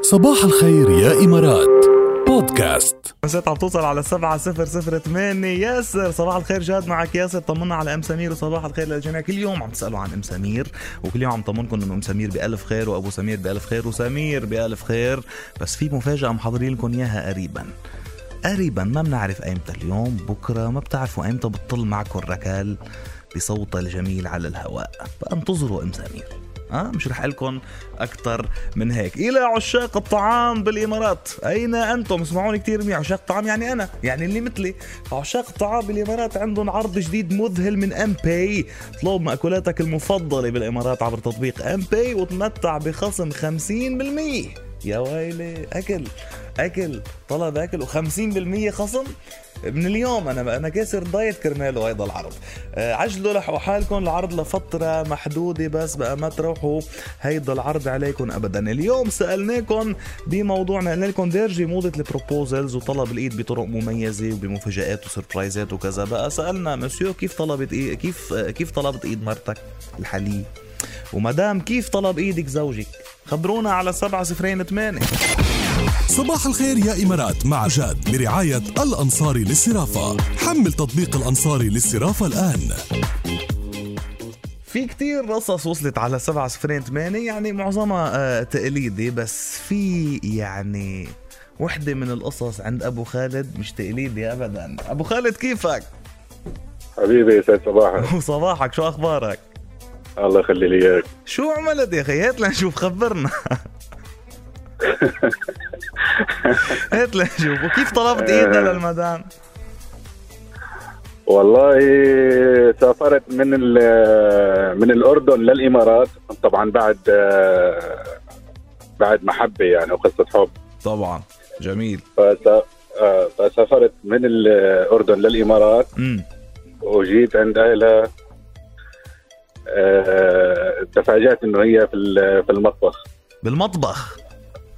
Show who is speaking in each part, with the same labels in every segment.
Speaker 1: صباح الخير يا إمارات بودكاست
Speaker 2: مسات عم توصل على 7008 ياسر صباح الخير جاد معك ياسر طمنا على ام سمير وصباح الخير للجميع كل يوم عم تسالوا عن ام سمير وكل يوم عم طمنكم انه ام سمير بالف خير وابو سمير بالف خير وسمير بالف خير بس في مفاجاه محضرين لكم اياها قريبا قريبا ما بنعرف ايمتى اليوم بكره ما بتعرفوا ايمتى بتطل معكم الركال بصوتها الجميل على الهواء فانتظروا ام سمير ها أه؟ مش رح لكم اكثر من هيك الى عشاق الطعام بالامارات اين انتم اسمعوني كثير مني عشاق الطعام يعني انا يعني اللي مثلي عشاق الطعام بالامارات عندهم عرض جديد مذهل من ام باي اطلب مأكولاتك المفضله بالامارات عبر تطبيق ام باي وتمتع بخصم 50% يا ويلي اكل اكل طلب اكل و50% خصم من اليوم انا انا كاسر دايت كرماله هيدا العرض آه عجلوا لحقوا حالكم العرض لفتره محدوده بس بقى ما تروحوا هيدا العرض عليكم ابدا اليوم سالناكم بموضوعنا قلنا لكم درجه موضه البروبوزلز وطلب الايد بطرق مميزه وبمفاجات وسربرايزات وكذا بقى سالنا مسيو كيف طلبت إيه كيف كيف طلبت ايد مرتك الحاليه ومدام كيف طلب ايدك زوجك خبرونا على سبعة صفرين ثمانية
Speaker 1: صباح الخير يا إمارات مع جاد برعاية الأنصاري للصرافة حمل تطبيق الأنصاري للصرافة الآن
Speaker 2: في كتير رصص وصلت على سبعة صفرين ثمانية يعني معظمها آه، تقليدي بس في يعني وحدة من القصص عند أبو خالد مش تقليدي أبدا أبو خالد كيفك
Speaker 3: حبيبي يا سيد صباحك
Speaker 2: وصباحك شو أخبارك
Speaker 3: الله يخلي لي اياك
Speaker 2: شو عملت يا أخي هات لنشوف خبرنا هات لنشوف وكيف طلبت إيدها للمدام
Speaker 3: والله سافرت من ال- من الاردن للامارات طبعا بعد آه، بعد محبه يعني وقصه حب
Speaker 2: طبعا جميل
Speaker 3: فس- آه، فسافرت من الاردن للامارات
Speaker 2: امم
Speaker 3: وجيت عند اهلها آه، تفاجات انه هي في ال- في المطبخ
Speaker 2: بالمطبخ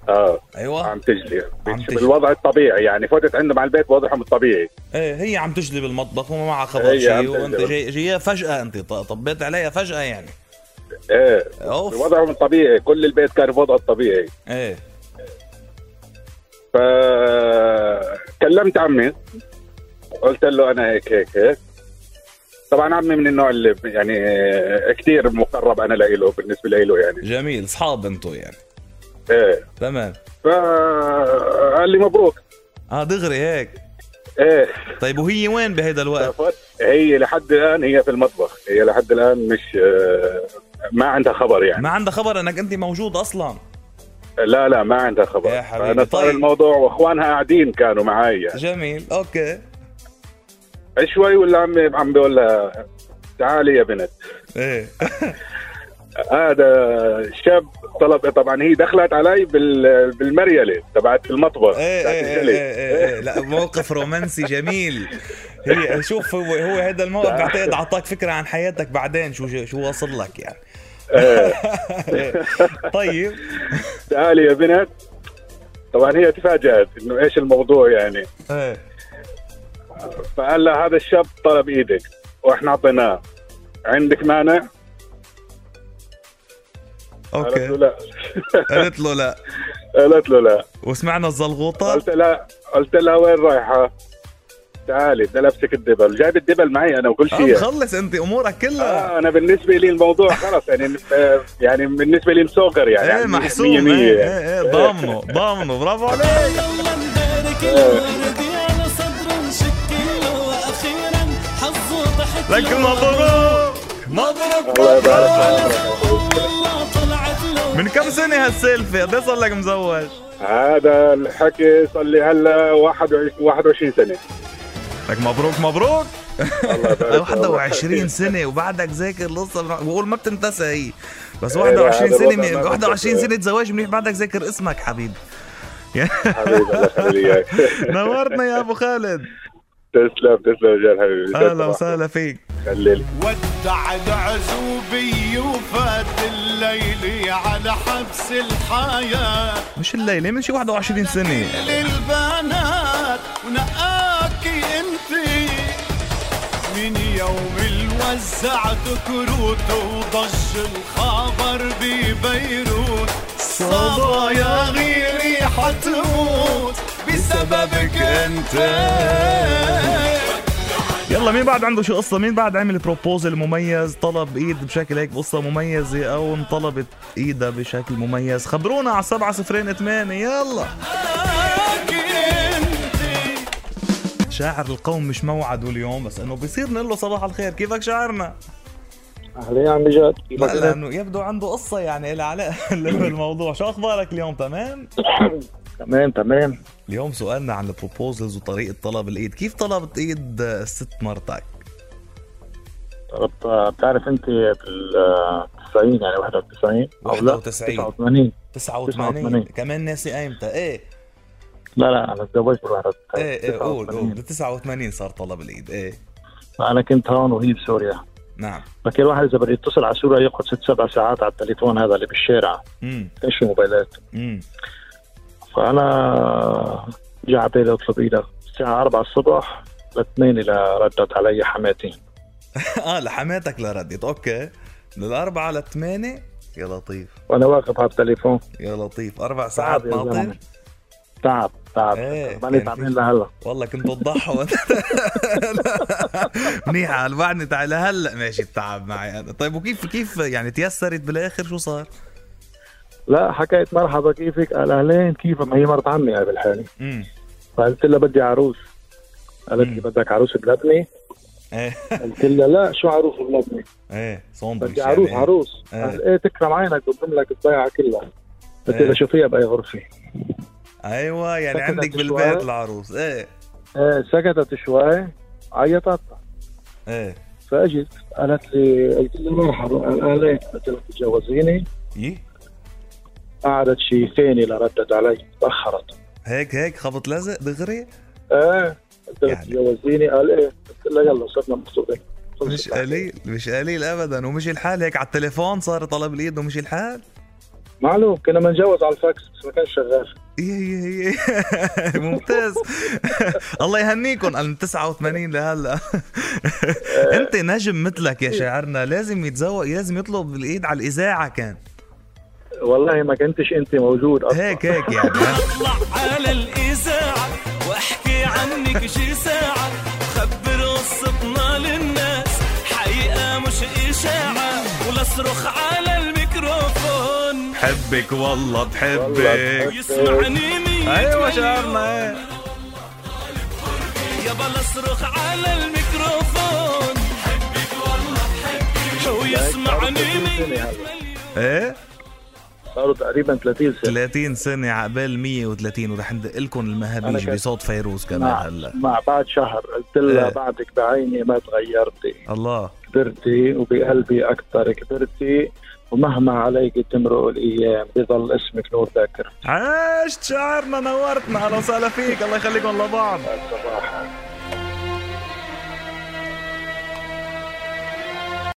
Speaker 3: اه
Speaker 2: ايوه
Speaker 3: عم تجلي
Speaker 2: عم تجلي.
Speaker 3: بالوضع الطبيعي يعني فتت عندهم على البيت وضعهم الطبيعي
Speaker 2: ايه هي عم تجلي بالمطبخ وما معها خبر
Speaker 3: هي عم
Speaker 2: شيء
Speaker 3: تجلي
Speaker 2: وانت
Speaker 3: بال-
Speaker 2: جاي جايه فجأة انت ط- طبيت عليها فجأة يعني
Speaker 3: ايه
Speaker 2: اوف
Speaker 3: وضعهم الطبيعي كل البيت كان في وضعه الطبيعي
Speaker 2: ايه
Speaker 3: فكلمت عمي قلت له انا هيك هيك هيك طبعا عمي من النوع اللي يعني كثير مقرب انا لإله بالنسبه لإله يعني
Speaker 2: جميل اصحاب انتو يعني
Speaker 3: ايه
Speaker 2: تمام
Speaker 3: فقال لي مبروك
Speaker 2: اه دغري هيك
Speaker 3: ايه
Speaker 2: طيب وهي وين بهيدا الوقت؟
Speaker 3: فت- هي لحد الان هي في المطبخ هي لحد الان مش آه، ما عندها خبر يعني
Speaker 2: ما عندها خبر انك انت موجود اصلا
Speaker 3: لا لا ما عندها خبر
Speaker 2: يا حبيبي،
Speaker 3: انا صار
Speaker 2: طيب.
Speaker 3: الموضوع واخوانها قاعدين كانوا معي يعني.
Speaker 2: جميل اوكي
Speaker 3: شوي ولا عمي عم بيقول لها تعالي يا بنت
Speaker 2: ايه
Speaker 3: هذا شاب طلب طبعا هي دخلت علي بال... بالمريله تبعت المطبخ
Speaker 2: ايه
Speaker 3: تبعت
Speaker 2: ايه
Speaker 3: الجلي.
Speaker 2: ايه, إيه, إيه. لا موقف رومانسي جميل هي شوف هو هو هذا الموقف بعتقد اعطاك فكره عن حياتك بعدين شو شو واصل لك يعني إيه. طيب
Speaker 3: تعالي يا بنت طبعا هي تفاجات انه ايش الموضوع يعني
Speaker 2: ايه
Speaker 3: فقال لها هذا الشاب طلب ايدك واحنا اعطيناه عندك مانع؟ قالت له
Speaker 2: اوكي
Speaker 3: لا
Speaker 2: قالت له لا
Speaker 3: قالت له لا
Speaker 2: وسمعنا الزلغوطه
Speaker 3: قلت لها قلت لها وين رايحه؟ تعالي بدي لابسك الدبل جايب الدبل معي انا وكل
Speaker 2: آه،
Speaker 3: شيء
Speaker 2: مخلص انت امورك كلها
Speaker 3: آه انا بالنسبه لي الموضوع خلص يعني آه، يعني بالنسبه لي مسوقر يعني
Speaker 2: ايه
Speaker 3: يعني
Speaker 2: محسوم
Speaker 3: مية مية.
Speaker 2: ايه ايه ايه ضامنه ضامنه برافو عليك
Speaker 4: يلا نبارك الورد يا صدر نشك له واخيرا حظه ضحك
Speaker 2: لك
Speaker 4: له.
Speaker 2: مبروك مبروك
Speaker 3: الله يبارك فيك.
Speaker 4: والله طلعت له
Speaker 2: من كم سنه هالسيلفي قد ايه صار لك مزوج
Speaker 3: هذا الحكي صار لي هلا 21 21 سنه
Speaker 2: لك مبروك مبروك
Speaker 3: الله يبارك
Speaker 2: 21 سنه وبعدك ذاكر لسه بن- بقول ما بتنتسى هي بس
Speaker 3: إيه،
Speaker 2: 21
Speaker 3: هذا
Speaker 2: سنه
Speaker 3: الوضع
Speaker 2: من-
Speaker 3: ما
Speaker 2: 21
Speaker 3: بنتسى.
Speaker 2: سنه زواج منيح بعدك ذاكر اسمك حبيبي
Speaker 3: فيك. حبيبي الله يخليك إياك.
Speaker 2: نورتنا يا ابو خالد
Speaker 3: تسلم تسلم يا حبيبي
Speaker 2: اهلا وسهلا فيك
Speaker 3: خليلي
Speaker 5: ودعت عزوبي وفات الليل على حبس الحياة
Speaker 2: مش الليله من شي 21 سنه
Speaker 5: للبنات ونقاكي انت من يوم الوزعت كروت وضج الخبر ببيروت صبايا غيري حتموت بسببك انت
Speaker 2: يلا مين بعد عنده شو قصه مين بعد عمل بروبوزل مميز طلب ايد بشكل هيك قصه مميزه او انطلبت ايدها بشكل مميز خبرونا على سبعة صفرين ثمانية يلا شاعر القوم مش موعده اليوم بس انه بصير نقول له صباح الخير كيفك شاعرنا
Speaker 6: اهلين عم بجد
Speaker 2: لا لانه يبدو عنده قصه يعني لها علاقه بالموضوع شو اخبارك اليوم تمام
Speaker 6: تمام تمام
Speaker 2: اليوم سؤالنا عن البروبوزلز وطريقه طلب الايد كيف طلبت ايد الست مرتك
Speaker 6: طب بتعرف انت بال 90 يعني 91 او لا
Speaker 2: 91.
Speaker 6: 89
Speaker 2: 89
Speaker 6: 89.
Speaker 2: كمان ناسي ايمتى ايه
Speaker 6: لا لا انا تزوجت بال
Speaker 2: ايه ايه قول قول
Speaker 6: 91
Speaker 2: بال 89 صار طلب الايد ايه
Speaker 6: انا كنت هون وهي بسوريا
Speaker 2: نعم
Speaker 6: فكان الواحد اذا بده يتصل على سوريا يقعد ست سبع ساعات على التليفون هذا اللي بالشارع
Speaker 2: امم
Speaker 6: ايش الموبايلات
Speaker 2: امم
Speaker 6: فانا جا على بالي اطلب ايدها الساعه 4 الصبح لاثنين اللي ردت علي حماتي
Speaker 2: اه لحماتك لردت اوكي من الاربعه للثمانيه يا لطيف
Speaker 6: وانا واقف على التليفون
Speaker 2: يا لطيف اربع ساعات
Speaker 6: يا زلمة.
Speaker 2: ناطر
Speaker 6: تعب تعب
Speaker 2: إيه،
Speaker 6: ماني
Speaker 2: كان
Speaker 6: تعبان
Speaker 2: في-
Speaker 6: لهلا
Speaker 2: والله كنت بتضحى وأنت- منيحه قلبعني تعال هلا ماشي التعب معي انا طيب وكيف كيف يعني تيسرت بالاخر شو صار؟
Speaker 6: لا حكيت مرحبا كيفك قال اهلين كيف ما هي مرت عمي هاي بالحالة
Speaker 2: امم
Speaker 6: فقلت لها بدي عروس قالت لي
Speaker 2: مم.
Speaker 6: بدك عروس بلبني
Speaker 2: ايه
Speaker 6: قلت لها لا شو عروس بلبني
Speaker 2: ايه ساندويتش
Speaker 6: بدي عروس
Speaker 2: يعني.
Speaker 6: عروس
Speaker 2: إيه.
Speaker 6: قال ايه تكرم عينك بضم لك الضيعه كلها قلت
Speaker 2: إيه.
Speaker 6: لها شوفيها باي غرفه
Speaker 2: ايوه يعني
Speaker 6: سكتت
Speaker 2: عندك
Speaker 6: شوي.
Speaker 2: بالبيت العروس ايه
Speaker 6: ايه سكتت شوي عيطت
Speaker 2: ايه
Speaker 6: فاجت قالت لي قلت لها مرحبا قال اهلين قلت لها تتجوزيني
Speaker 2: يي
Speaker 6: قعدت شي ثاني لردت علي تاخرت
Speaker 2: هيك هيك خبط لزق دغري
Speaker 6: ايه قلت لها
Speaker 2: يعني.
Speaker 6: تتجوزيني قال ايه قلت لها يلا صرنا مخطوبين خلصت
Speaker 2: مش
Speaker 6: الحكي.
Speaker 2: قليل مش قليل ابدا ومش الحال هيك على التليفون صار طلب الايد ومش الحال
Speaker 6: معلوم كنا بنجوز على الفاكس بس ما كانش شغال
Speaker 2: إيه إيه إيه. ممتاز الله يهنيكم من 89 لهلا انت نجم مثلك يا شاعرنا لازم يتزوق لازم يطلب الايد على الاذاعه كان
Speaker 6: والله ما كنتش انت موجود اصلا
Speaker 2: هيك هيك يعني
Speaker 4: اطلع على الاذاعه واحكي عنك شي ساعه خبر قصتنا للناس حقيقه مش اشاعه ولا اصرخ على الميكروفون
Speaker 2: بحبك والله بحبك
Speaker 6: والله.
Speaker 4: ويسمعني مين
Speaker 2: ايوه شاعرنا إيه.
Speaker 4: يا بلا اصرخ على الميكروفون حبك والله حبك ويسمعني مين
Speaker 2: ايه
Speaker 6: صاروا تقريبا 30 سنه
Speaker 2: 30 سنة عقبال 130 ورح ندق لكم
Speaker 6: أنا
Speaker 2: المهابيج
Speaker 6: كان- نعم.
Speaker 2: بصوت فيروز كمان
Speaker 6: مع,
Speaker 2: هلا
Speaker 6: مع بعد شهر قلت لها
Speaker 2: إيه.
Speaker 6: بعدك بعيني ما تغيرتي
Speaker 2: الله
Speaker 6: كبرتي وبقلبي اكثر كبرتي ومهما عليك تمرق الايام بضل اسمك نور ذاكر
Speaker 2: عشت شعرنا نورتنا اهلا وسهلا فيك الله يخليكم لبعض
Speaker 6: صباحا